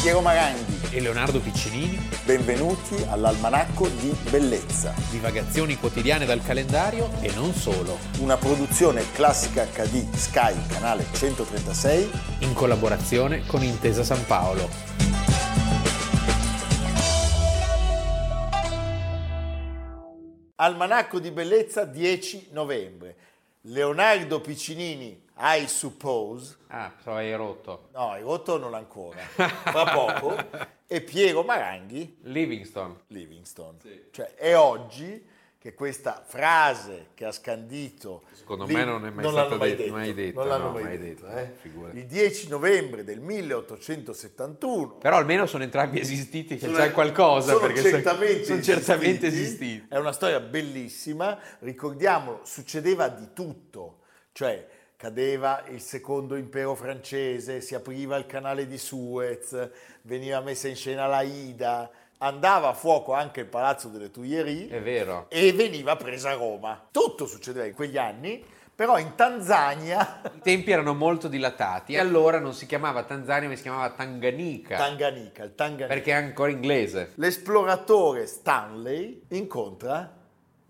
Piero Maranghi. e Leonardo Piccinini, Benvenuti all'Almanacco di Bellezza, divagazioni quotidiane dal calendario e non solo, una produzione classica HD Sky, canale 136. in collaborazione con Intesa San Paolo. Almanacco di Bellezza 10 novembre. Leonardo Piccinini, I suppose. Ah, so hai rotto. No, il rotto non ancora, fra poco. e Piero Maranghi, Livingston. Livingstone. Cioè, è oggi che questa frase che ha scandito... Secondo me non è mai non l'hanno stata mai detta, detto, mai detta, Non l'hanno no, mai, mai detto. detta, eh. figurati. Il 10 novembre del 1871. Però almeno sono entrambi esistiti, che Sono- c'è qualcosa. sono perché certamente, sono certamente esistiti. esistiti. È una storia bellissima, ricordiamolo, succedeva di tutto, cioè cadeva il secondo impero francese, si apriva il canale di Suez, veniva messa in scena la Ida, andava a fuoco anche il palazzo delle Tuileries È vero. e veniva presa Roma. Tutto succedeva in quegli anni, però in Tanzania, I tempi erano molto dilatati e allora non si chiamava Tanzania ma si chiamava Tanganica, Tanganica, il Tanganica. perché è ancora inglese. L'esploratore Stanley incontra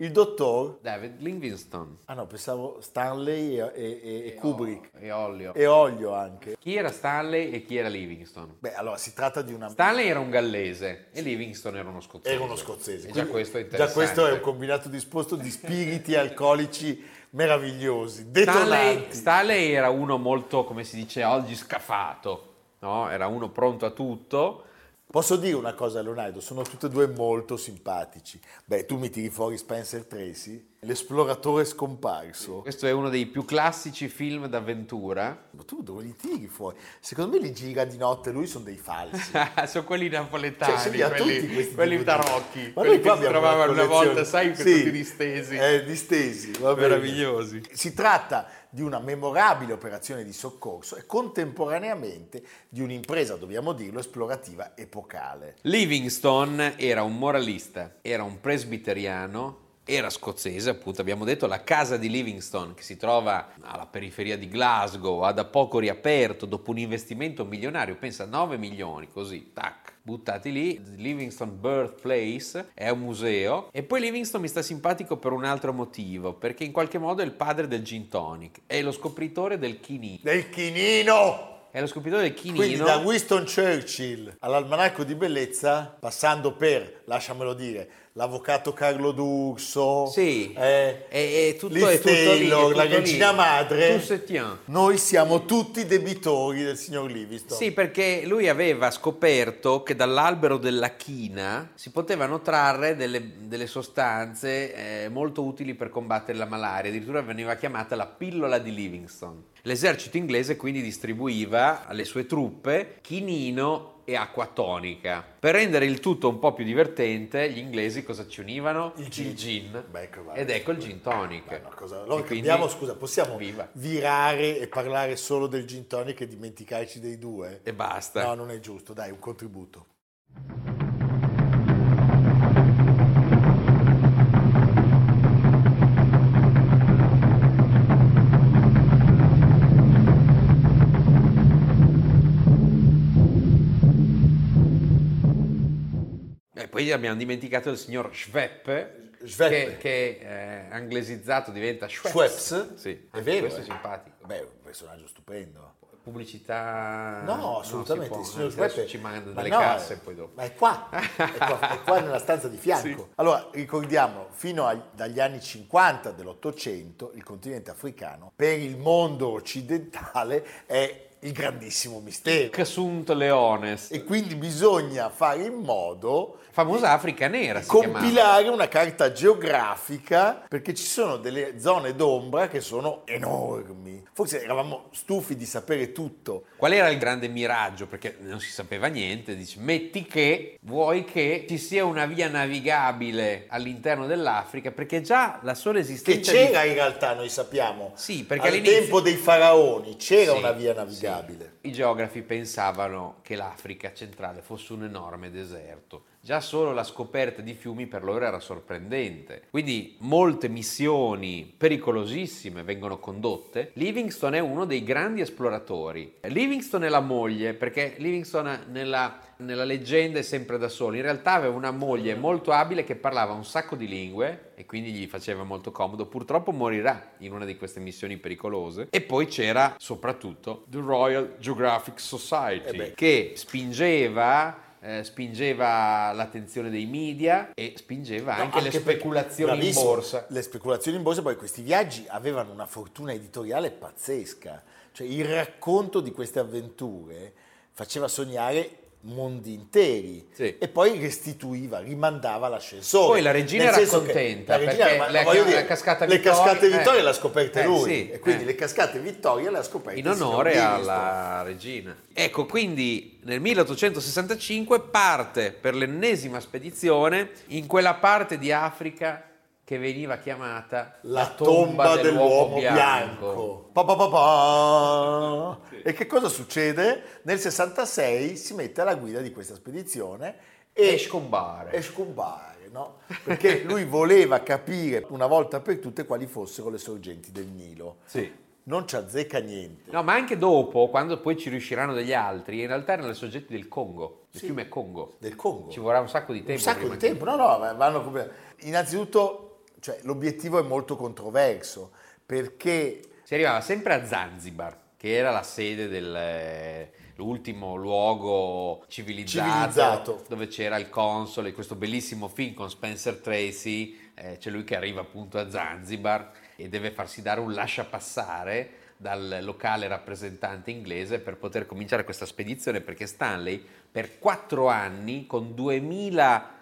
il dottor... David Livingston. Ah no, pensavo Stanley e, e- e- e Kubrick. Oh, E Olio. E Olio anche. Chi era Stanley e chi era Livingston? Beh, allora si tratta di una... Stanley era un gallese e Livingston era uno scozzese. Era uno scozzese. E già quindi- questo è Già interessante. questo è un combinato disposto di spiriti alcolici meravigliosi, Stanley, detonanti. Stanley era uno molto, come si dice oggi, scafato. no? Era uno pronto a tutto. Posso dire una cosa, Leonardo? Sono tutti e due molto simpatici. Beh, tu mi tiri fuori Spencer Tracy, l'esploratore scomparso. Questo è uno dei più classici film d'avventura. Ma tu dove li tiri fuori? Secondo me li gira di notte, lui sono dei falsi. Sono quelli napoletani, Cioè, se li ha tutti quelli, questi quelli DVD. tarocchi, Ma quelli noi qua che si abbiamo trovavano una collezione. volta, sai, che Sì, tutti distesi, Eh, distesi, va bene. meravigliosi. Si tratta di una memorabile operazione di soccorso e contemporaneamente di un'impresa, dobbiamo dirlo, esplorativa epocale. Livingstone era un moralista, era un presbiteriano, era scozzese, appunto, abbiamo detto, la casa di Livingstone che si trova alla periferia di Glasgow, ha da poco riaperto dopo un investimento milionario, pensa 9 milioni, così, tac. Buttati lì, Livingstone Birthplace è un museo e poi Livingstone mi sta simpatico per un altro motivo, perché in qualche modo è il padre del gin tonic, è lo scopritore del chinino, Del chinino! è lo scopritore del chinino. Quindi da Winston Churchill all'almanacco di bellezza, passando per, lasciamelo dire, l'avvocato Carlo D'Urso, Sì, eh, è, è tutto, Liz è tutto lì, è Taylor, tutto la lì. regina madre. Tu se tiens. noi siamo tutti debitori del signor Livingston. Sì, perché lui aveva scoperto che dall'albero della china si potevano trarre delle, delle sostanze eh, molto utili per combattere la malaria, addirittura veniva chiamata la pillola di Livingstone. L'esercito inglese quindi distribuiva alle sue truppe chinino e acqua tonica. Per rendere il tutto un po' più divertente, gli inglesi cosa ci univano? Il gin. Il gin. Beh, ecco, guarda. Ed ecco il gin tonic. Beh, no, cosa- allora E quindi- cambiamo, scusa, possiamo Viva. virare e parlare solo del gin tonic e dimenticarci dei due? E basta. No, non è giusto, dai, un contributo. E poi abbiamo dimenticato il signor Schweppe, Schweppe. che, che, eh, anglesizzato diventa Schweppes. Schweppes? Sì, È anche vero, questo eh. è simpatico. Beh, un personaggio stupendo. Pubblicità... No, assolutamente. non il si può, signor anzi, adesso Giuseppe- ci mandano ma delle no, eh, casse poi dopo. Ma è qua, è qua, è qua nella stanza di fianco. Sì. Allora, ricordiamo, fino agli- dagli anni 50 dell'Ottocento, il continente africano, per il mondo occidentale, è il grandissimo mistero. Casunt Leones, E quindi bisogna fare in modo famosa Africa Nera si chiamava. compilare una carta geografica perché ci sono delle zone d'ombra che sono enormi. Forse eravamo stufi di sapere tutto. Qual era il grande miraggio? Perché non si sapeva niente, dici metti che vuoi che ci sia una via navigabile all'interno dell'Africa, perché già la sola Che esistenza di c'era in realtà, noi sappiamo. Sì, perché al all'inizio- tempo dei faraoni c'era Sì, una via sì. navigabile. I geografi pensavano che l'Africa centrale fosse un enorme deserto. Già solo la scoperta di fiumi per loro era sorprendente. Quindi molte missioni pericolosissime vengono condotte. Livingstone è uno dei grandi esploratori. Livingstone e la moglie, perché Livingstone nella, nella leggenda è sempre da solo. In realtà aveva una moglie molto abile che parlava un sacco di lingue e quindi gli faceva molto comodo. Purtroppo morirà in una di queste missioni pericolose. E poi c'era soprattutto The Royal Geographic Society Eh beh. che spingeva. eh, spingeva l'attenzione dei media e spingeva No, anche, le perché- speculazioni bravissimo, in borsa. Le speculazioni in borsa, poi questi viaggi avevano una fortuna editoriale pazzesca. Cioè il racconto di queste avventure faceva sognare mondi interi Sì. e poi restituiva, rimandava l'ascensore. Poi la regina Nel era senso che contenta, la regina perché era- la- voglio la cascata le Vittoria- cascate Vittoria eh. le ha scoperte Eh, lui sì, e quindi eh. le cascate Vittoria le ha scoperte in il signor onore Livingstone. alla regina. Ecco, quindi nel 1865 parte per l'ennesima spedizione in quella parte di Africa che veniva chiamata La, tomba, dell'uomo, bianco. Pa, pa, pa, pa. E che cosa succede? Nel 66 si mette alla guida di questa spedizione e, E scompare. e scompare, no? Perché lui voleva capire una volta per tutte quali fossero le sorgenti del Nilo. Sì. Non ci azzecca niente. No, ma anche dopo, quando poi ci riusciranno degli altri, in realtà erano i soggetti del Congo, il Sì. fiume Congo. Del Congo. Ci vorrà un sacco di tempo. un sacco prima di che- tempo, no, no, vanno come... Innanzitutto, cioè, l'obiettivo è molto controverso perché Si arrivava sempre a Zanzibar, che era la sede del eh, l'ultimo luogo civilizzato, Civilizzato. dove c'era il console, questo bellissimo film con Spencer Tracy, eh, c'è lui che arriva appunto a Zanzibar e deve farsi dare un lasciapassare dal locale rappresentante inglese per poter cominciare questa spedizione perché Stanley per quattro anni con 2000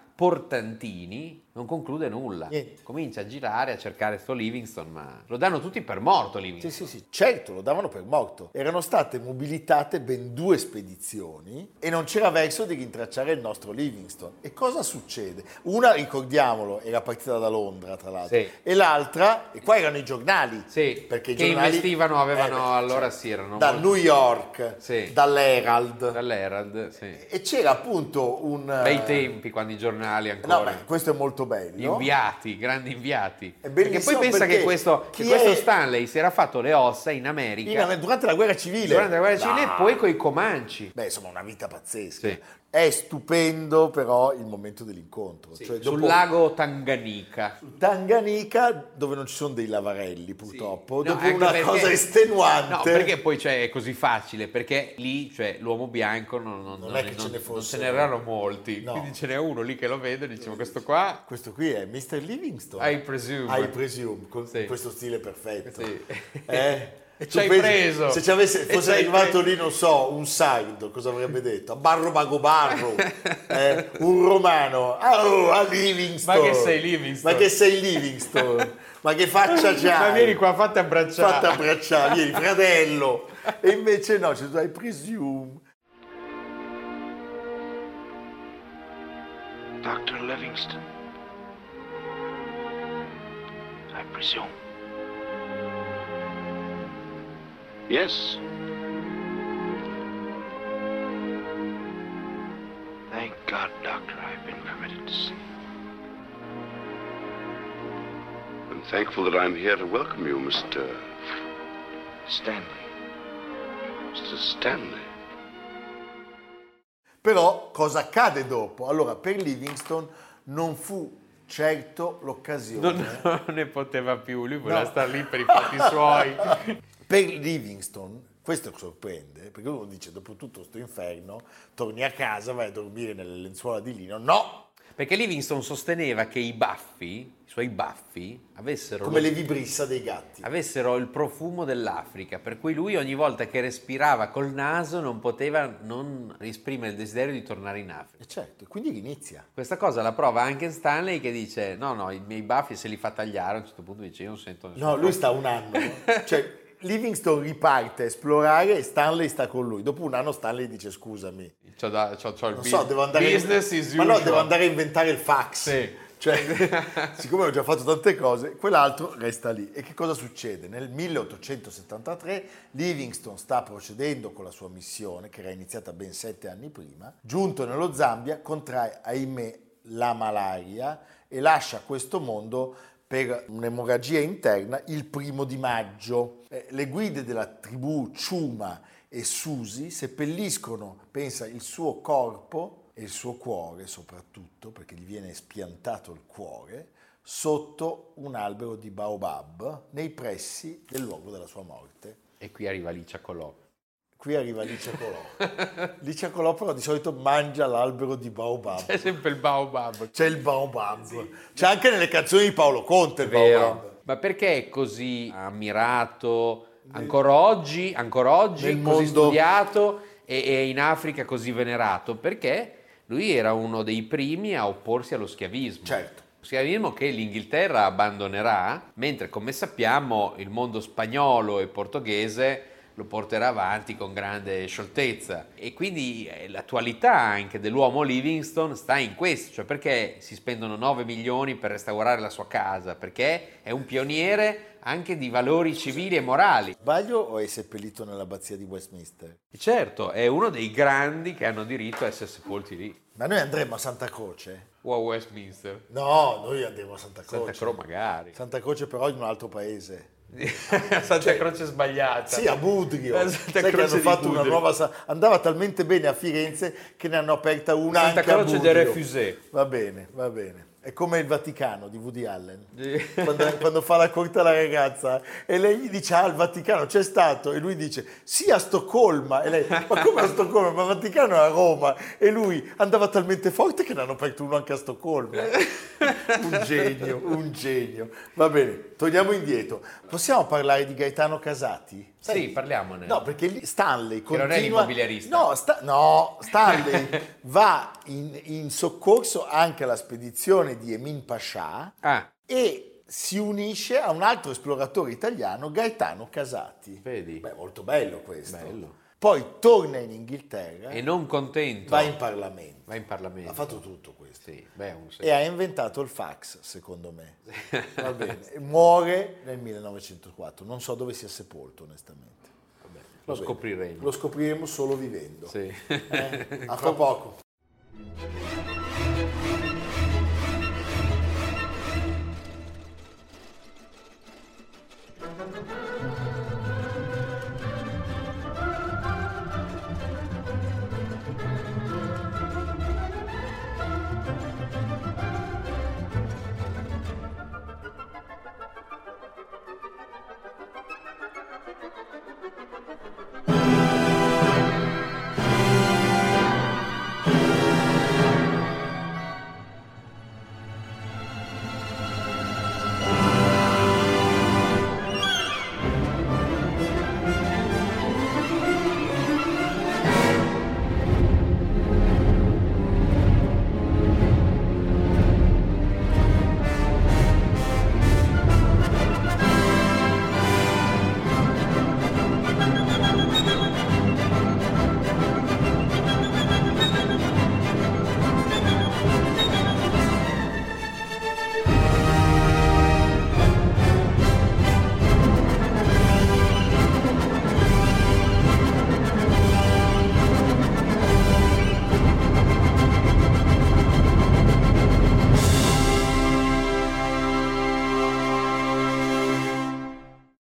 portantini non conclude nulla Niente. comincia a girare a cercare sto Livingston ma lo danno tutti per morto Livingston Sì, sì, sì, certo, lo davano per morto. Erano state mobilitate ben due spedizioni e non c'era verso di rintracciare il nostro Livingstone. E cosa succede? Una, ricordiamolo, era partita da Londra, tra l'altro, Sì. e l'altra, e qua erano i giornali. Sì, perché i che giornali Eh, investivano, avevano- beh, certo. cioè, allora sì, erano da molto- New York, Sì. dall'Herald. dall'Herald sì. E c'era appunto un eh, bei tempi quando i giornali No, ancora beh, questo è molto bello. Gli inviati, grandi inviati. È Perché poi bellissimo pensa perché che questo, che chi questo è- Stanley si era fatto le ossa in America In- durante la guerra civile. Ah. durante la guerra civile No. e poi coi Comanci. Beh, insomma, una vita pazzesca. Sì. È stupendo però il momento dell'incontro. Cioè, Sul dopo lago Tanganica. Tanganica, dove non ci sono dei lavarelli purtroppo, No, dopo anche una perché- cosa estenuante. No, perché poi cioè, è così facile, perché lì cioè, l'uomo bianco non, non- Non è non- che ce ne non- non fossero. ne erano molti, No. quindi ce n'è uno lì che lo vede e dice ma questo qua Questo qui è Mr. Livingstone. I presume. I presume, con Sì. questo stile perfetto. Sì. Eh, E tu ci hai pensi- preso. Se ci avesse, E fosse ci hai arrivato preso. lì, non so, un sardo, cosa avrebbe detto? A Barro Bago Barro, eh, un romano, ah, oh, a Livingstone. Ma che sei Livingstone? Ma che sei Livingstone? Ma che faccia c'hai? Ma vieni qua, fatti abbracciare. Fatta abbracciare, vieni, fratello. E invece no, ci sono I presume. Dr. Livingston. I presume. Yes. Thank God, Doctor, I've been permitted to see you. I'm thankful that I'm here to welcome you, Mr. Stanley. Mr. Stanley. Però cosa accade dopo? Allora, per Livingstone non fu certo l'occasione. Non, non ne poteva più, lui voleva No. stare lì per i fatti suoi. Per Livingstone, questo sorprende, perché uno dice, dopo tutto questo inferno, torni a casa, vai a dormire nelle lenzuola di lino. No! Perché Livingston sosteneva che i baffi, i suoi baffi, avessero, Come le vibrissa dei gatti. avessero il profumo dell'Africa, per cui lui ogni volta che respirava col naso non poteva non esprimere il desiderio di tornare in Africa. E certo, e quindi inizia. Questa cosa la prova anche Stanley che dice no, no, i miei baffi se li fa tagliare a un certo punto dice io non sento nessuno. No, lui sta un anno. Cioè, Livingstone riparte a esplorare e Stanley sta con lui. Dopo un anno Stanley dice, scusami, C'ho da- c'ho- c'ho il non bu- so, devo andare... business is Ma no, usual. devo andare a inventare il fax. Sì. Cioè, siccome ho già fatto tante cose, quell'altro resta lì. E che cosa succede? Nel 1873 Livingstone sta procedendo con la sua missione, che era iniziata ben sette anni prima, giunto nello Zambia contrae, ahimè, la malaria e lascia questo mondo per un'emorragia interna il primo di maggio. Eh, Le guide della tribù Ciuma e Susi seppelliscono, pensa, il suo corpo e il suo cuore soprattutto, perché gli viene spiantato il cuore, sotto un albero di baobab nei pressi del luogo della sua morte. E qui arriva Licia Colò. Qui arriva Licia Colò. Licia Colò però di solito mangia l'albero di baobab. C'è sempre il baobab. C'è il baobab. C'è anche nelle canzoni di Paolo Conte il baobab. Vero. Ma perché è così ammirato ancora oggi, ancora oggi Nel così mondo- studiato e, e in Africa così venerato? Perché lui era uno dei primi a opporsi allo schiavismo. Certo. Schiavismo che l'Inghilterra abbandonerà, mentre come sappiamo il mondo spagnolo e portoghese lo porterà avanti con grande scioltezza. E quindi eh, l'attualità anche dell'uomo Livingstone sta in questo, cioè perché si spendono 9 milioni per restaurare la sua casa, perché è un pioniere anche di valori civili e morali. Sbaglio o è seppellito nell'abbazia di Westminster? E certo, è uno dei grandi che hanno diritto a essere sepolti lì. Ma noi andremo a Santa Croce? O a Westminster. No, noi andremo a Santa Croce. Santa Croce magari. Santa Croce però in un altro paese. Santa Croce sbagliata. Cioè, Sì, a Budrio. La Santa Sai che Eh, Croce hanno di fatto una Budrio. nuova... sa- Andava talmente bene a Firenze che ne hanno aperta una Santa anche a Croce Budrio. de Refusé. Va bene, va bene. È come il Vaticano di Woody Allen. Sì. Quando, quando fa la corte alla ragazza e lei gli dice, ah, il Vaticano c'è stato. E lui dice, sì, a Stoccolma. E lei, ma come a Stoccolma? Ma il Vaticano è a Roma. E lui andava talmente forte che ne hanno aperto uno anche a Stoccolma. un genio, un genio. Va bene, torniamo indietro. Possiamo parlare di Gaetano Casati? Sì, parliamone. No, perché lì Stanley non continua... è l'immobiliarista. No, Sta- no, Stanley Eh. va in, in soccorso anche alla spedizione di Emin Pascià Ah, e si unisce a un altro esploratore italiano, Gaetano Casati. vedi. Beh, molto bello questo. Bello. Poi torna in Inghilterra, E non contento. va in Parlamento. va in Parlamento. Ha fatto Eh, tutto questo. Sì, beh, un E ha inventato il fax, secondo me. Va bene. E Muore nel 1904. Non so dove sia sepolto, onestamente. lo Va bene. scopriremo. Lo scopriremo solo vivendo. Sì. Eh? A fra poco.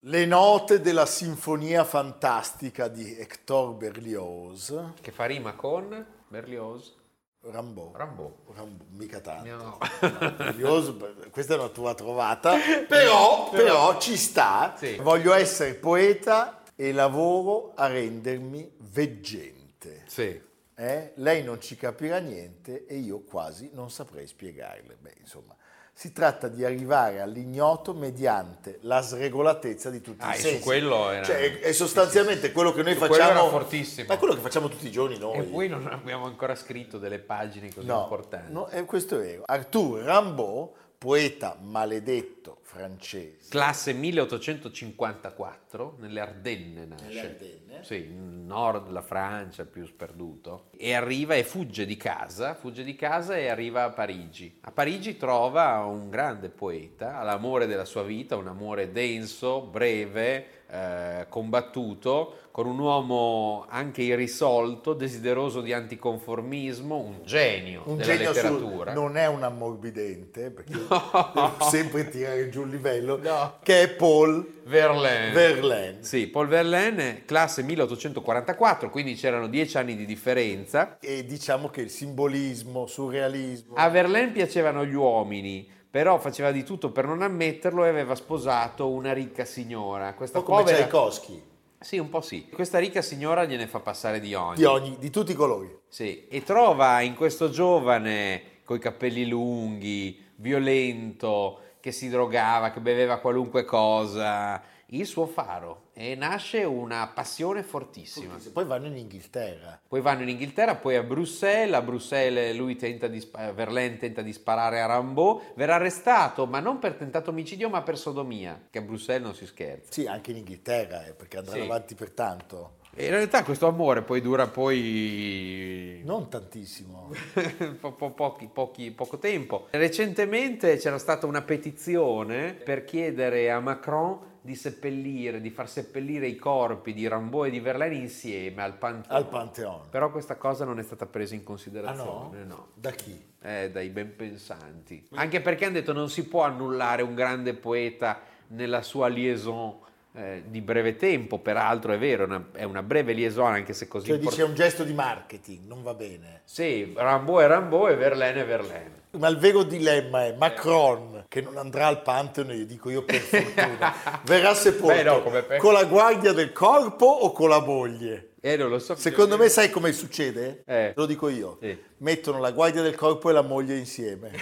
Le note della Sinfonia Fantastica di Hector Berlioz, Che fa rima con Berlioz, Rambo. Rambo. Rambo, mica tanto. No. Berlioz, beh, questa è una tua trovata, però, però ci sta. Sì. Voglio essere poeta e lavoro a rendermi veggente. Sì. Eh? Lei non ci capirà niente e io quasi non saprei spiegarle. Beh, insomma, si tratta di arrivare all'ignoto mediante la sregolatezza di tutti Ah, i e su sensi. quello era- Cioè, è- è sostanzialmente quello che noi Su quello facciamo. era fortissimo. Ma è quello che facciamo tutti i giorni noi. E poi non abbiamo ancora scritto delle pagine così No, importanti. no, eh, questo è vero. Arthur Rimbaud poeta maledetto francese. Classe 1854, nelle Ardenne nasce. Nelle Ardenne? Sì, in nord della Francia, più sperduto. E arriva e fugge di casa, fugge di casa e arriva a Parigi. A Parigi trova un grande poeta, l'amore della sua vita, un amore denso, breve, eh, combattuto, con un uomo anche irrisolto, desideroso di anticonformismo, un genio Un della genio assoluto. letteratura. non è un ammorbidente, perché No. devo sempre tirare giù il livello, No. che è Paul Verlaine. Verlaine. Sì, Paul Verlaine, classe 1844, quindi c'erano dieci anni di differenza. E diciamo che il simbolismo, surrealismo, A Verlaine piacevano gli uomini, però faceva di tutto per non ammetterlo e aveva sposato una ricca signora. Questa un po' Oh, come povera... Tchaikovsky, Sì, un po' sì. Questa ricca signora gliene fa passare di ogni. di, ogni- di tutti i colori. Sì, e trova in questo giovane coi capelli lunghi, violento, che si drogava, che beveva qualunque cosa, il suo faro e nasce una passione fortissima. Poi vanno in Inghilterra. Poi vanno in Inghilterra, poi a Bruxelles, a Bruxelles lui tenta di spa- Verlaine tenta di sparare a Rambaud, verrà arrestato, ma non per tentato omicidio, ma per sodomia, che a Bruxelles non si scherza. Sì, anche in Inghilterra, eh, perché andranno Sì. avanti per tanto. E in realtà questo amore poi dura poi Non tantissimo. po- po- pochi- pochi- poco tempo. Recentemente c'era stata una petizione per chiedere a Macron di seppellire, di far seppellire i corpi di Rambaud e di Verlaine insieme al Pantheon. Al Pantheon. Ah, Però questa cosa non è stata presa in considerazione, no. Da chi? Eh, dai ben pensanti. Anche perché hanno detto non si può annullare un grande poeta nella sua liaison eh, di breve tempo, peraltro è vero, è una, è una breve liaison anche se così Cioè dice importante. è un gesto di marketing, non va bene. Sì, Rambo è Rambo e Verlaine è Verlaine. Ma il vero dilemma è Macron, che non andrà al Pantheon, io dico io per fortuna, verrà sepolto Beh, no, come per- con la guardia del corpo o con la moglie? Eh, non lo so. Secondo me sai come succede? Eh. Lo dico io. Sì. Mettono la guardia del corpo e la moglie insieme.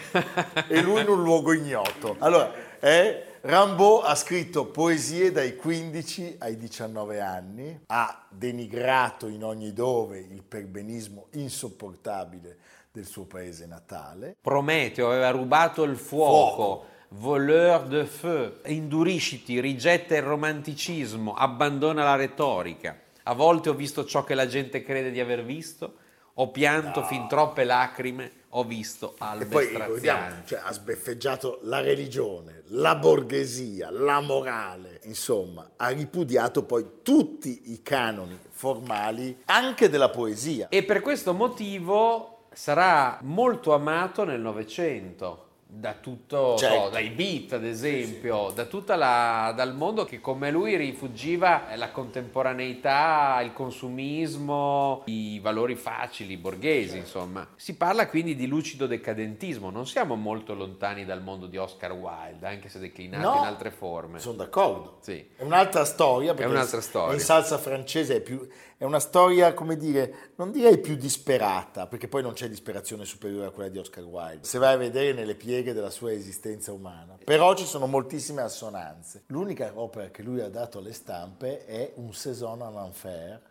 e lui in un luogo ignoto. Allora, eh, Rambaud ha scritto poesie dai 15 ai 19 anni, ha denigrato in ogni dove il perbenismo insopportabile del suo paese natale. Prometeo aveva rubato il fuoco. Voleur de feu, indurisciti, rigetta il romanticismo, abbandona la retorica. A volte ho visto ciò che la gente crede di aver visto, ho pianto fin troppe lacrime, ho visto E albe poi ricordiamo, strazianti. cioè, ha sbeffeggiato la religione, la borghesia, la morale, insomma, ha ripudiato poi tutti i canoni formali anche della poesia. E per questo motivo sarà molto amato nel Novecento. Da tutto, Certo. so, dai beat ad esempio, da tutta la, dal mondo che come lui rifugiva la contemporaneità, il consumismo, i valori facili, borghesi Certo. insomma. Si parla quindi di lucido decadentismo, non siamo molto lontani dal mondo di Oscar Wilde, anche se declinato No. in altre forme. Sono d'accordo. Sì. È un'altra storia. perché un'altra storia. In salsa francese è, più- è una storia, come dire, non direi più disperata, perché poi non c'è disperazione superiore a quella di Oscar Wilde. Se vai a vedere nelle pieghe della sua esistenza umana. Però ci sono moltissime assonanze. L'unica opera che lui ha dato alle stampe è Un Saison en Enfer,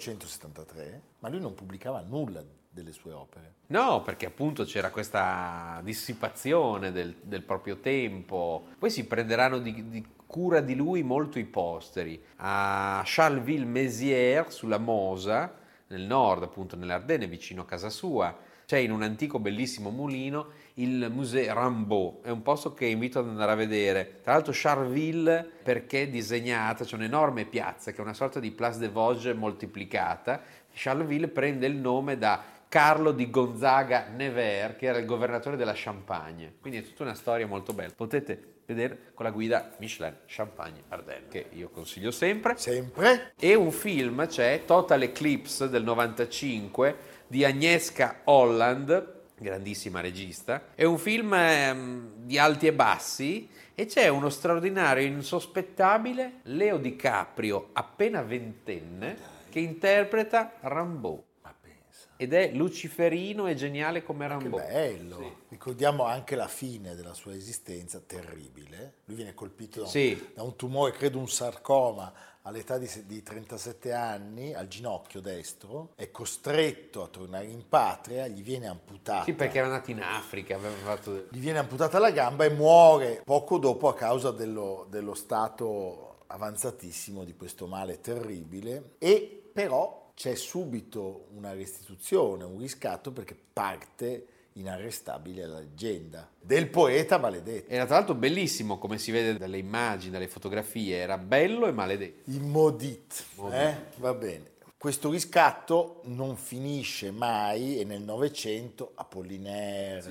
1873, ma lui non pubblicava nulla delle sue opere. No, perché appunto c'era questa dissipazione del, del proprio tempo. Poi si prenderanno di, di cura di lui molto i posteri. A Charleville-Mézières, sulla Mosa, nel nord, appunto nell'Ardenne, vicino a casa sua, c'è in un antico bellissimo mulino il Musée Rambaud. È un posto che invito ad andare a vedere. Tra l'altro Charleville perché è disegnata, c'è un'enorme piazza che è una sorta di Place des Vosges moltiplicata. Charleville prende il nome da Carlo di Gonzaga Nevers, che era il governatore della Champagne. Quindi è tutta una storia molto bella. Potete vedere con la guida Michelin Champagne Ardenne, che io consiglio sempre. Sempre? E un film c'è, Total Eclipse del 95, di Agnieszka Holland, grandissima regista. È un film ehm, di alti e bassi e c'è uno straordinario, e insospettabile Leo DiCaprio, appena ventenne, che interpreta Rambo. Ma pensa. Ed è luciferino e geniale come Che Rambo. bello! Ricordiamo anche la fine della sua esistenza, terribile. Lui viene colpito da un, Sì. da un tumore, credo un sarcoma all'età di, se- di 37 anni al ginocchio destro, è costretto a tornare in patria, gli viene amputata. Sì, perché era nato in Africa, aveva fatto... Gli viene amputata la gamba e muore poco dopo a causa dello, dello stato avanzatissimo di questo male terribile. E però c'è subito una restituzione, un riscatto perché parte inarrestabile la leggenda del poeta maledetto. Era tra l'altro bellissimo, come si vede dalle immagini, dalle fotografie, era bello e maledetto. Immodit, Maudit. eh? va bene. Questo riscatto non finisce mai e nel Novecento Apollinaire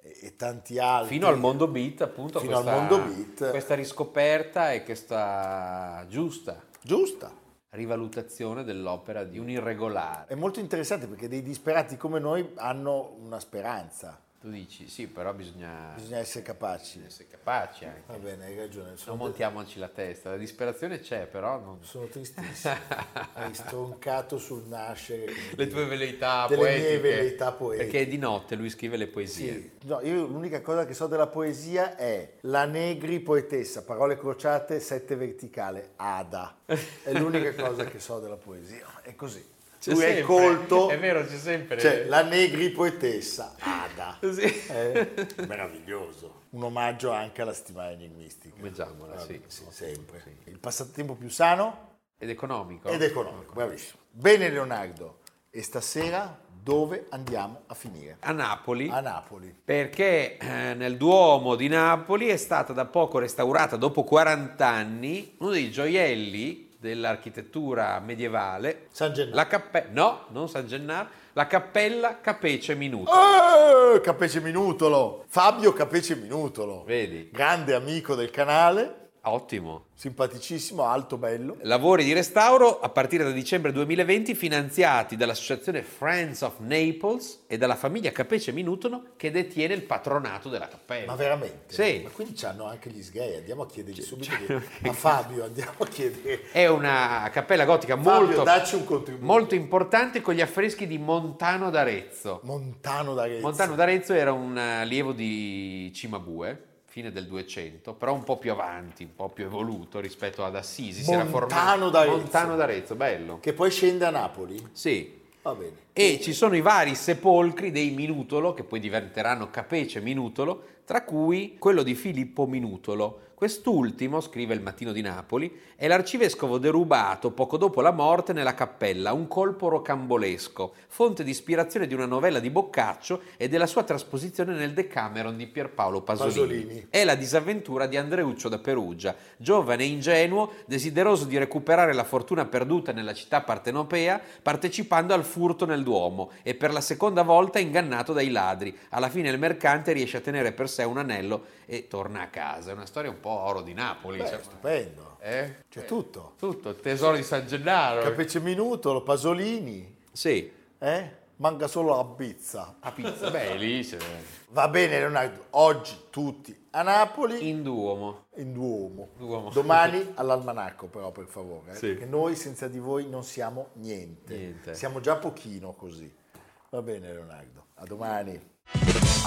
E, e tanti altri. Fino al mondo beat, appunto, Fino al questa, mondo beat. questa riscoperta e questa giusta Giusta. rivalutazione dell'opera di un irregolare. È molto interessante perché dei disperati come noi hanno una speranza, Tu dici, sì, però bisogna bisogna essere capaci. essere capaci anche. Va bene, hai ragione, sono, Non montiamoci la testa, la disperazione c'è, però non... sono tristissimo. hai stroncato sul nascere. come Le dire. tue veleità Delle mie poetiche. veleità poetiche. Perché di notte lui scrive le poesie. Sì. No, io l'unica cosa che so della poesia è La Negri poetessa, parole crociate, sette verticale, Ada. È l'unica cosa che so della poesia. È così. C'è Lui sempre, è colto. È vero, c'è sempre. Cioè, La Negri poetessa, Ada. Sì. Eh, meraviglioso. Un omaggio anche alla settimana linguistica. Omaggiamola, Vabbè, sì. sempre. Sì. Il passatempo più sano Ed economico. ed economico. Bravissimo. Bene Leonardo, e stasera dove andiamo a finire? A Napoli. A Napoli. Perché eh, nel Duomo di Napoli è stata da poco restaurata, dopo 40 anni, uno dei gioielli dell'architettura medievale. San Gennaro. La cappella, no, non San Gennaro, la cappella Capece Minuta. Eh, Capece Minutolo, Fabio Capece Minutolo, Vedi? grande amico del canale, Ottimo. simpaticissimo, alto, bello. Lavori di restauro a partire da dicembre 2020 finanziati dall'associazione Friends of Naples e dalla famiglia Capece Minutono che detiene il patronato della cappella. Ma veramente? Sì. Cioè, Ma quindi c'hanno anche gli sgay, andiamo a chiedergli subito di- a Fabio, andiamo a chiedere. È una cappella gotica Fabio, molto, dacci un contributo. molto importante con gli affreschi di Montano d'Arezzo. Montano d'Arezzo. Montano d'Arezzo era un eh, allievo di Cimabue, fine del 200, però un po' più avanti, un po' più evoluto rispetto ad Assisi. si era Montano formato- d'Arezzo. Montano d'Arezzo, bello. Che poi scende a Napoli? Sì, Va bene. E ci sono i vari sepolcri dei Minutolo, che poi diventeranno Capece Minutolo, tra cui quello di Filippo Minutolo. Quest'ultimo, scrive il Mattino di Napoli, è l'arcivescovo derubato poco dopo la morte nella cappella, un colpo rocambolesco, fonte di ispirazione di una novella di Boccaccio e della sua trasposizione nel Decameron di Pierpaolo Pasolini. Pasolini. È la disavventura di Andreuccio da Perugia, giovane e ingenuo, desideroso di recuperare la fortuna perduta nella città partenopea, partecipando al furto nel Duomo e per la seconda volta ingannato dai ladri. Alla fine il mercante riesce a tenere per sé un anello e torna a casa. È una storia un po' oro di Napoli. Beh, cioè- stupendo. eh? C'è Eh, tutto. Tutto, il tesoro di San Gennaro. Capece Minutolo, Pasolini, sì, eh? Manca solo la pizza. a pizza. Beh, lì c'è... Va bene Leonardo, oggi tutti a Napoli In Duomo. in Duomo. Duomo. Domani all'almanacco però per favore, eh, Sì. perché noi senza di voi non siamo niente. Niente. Siamo già pochino così. Va bene Leonardo, a domani.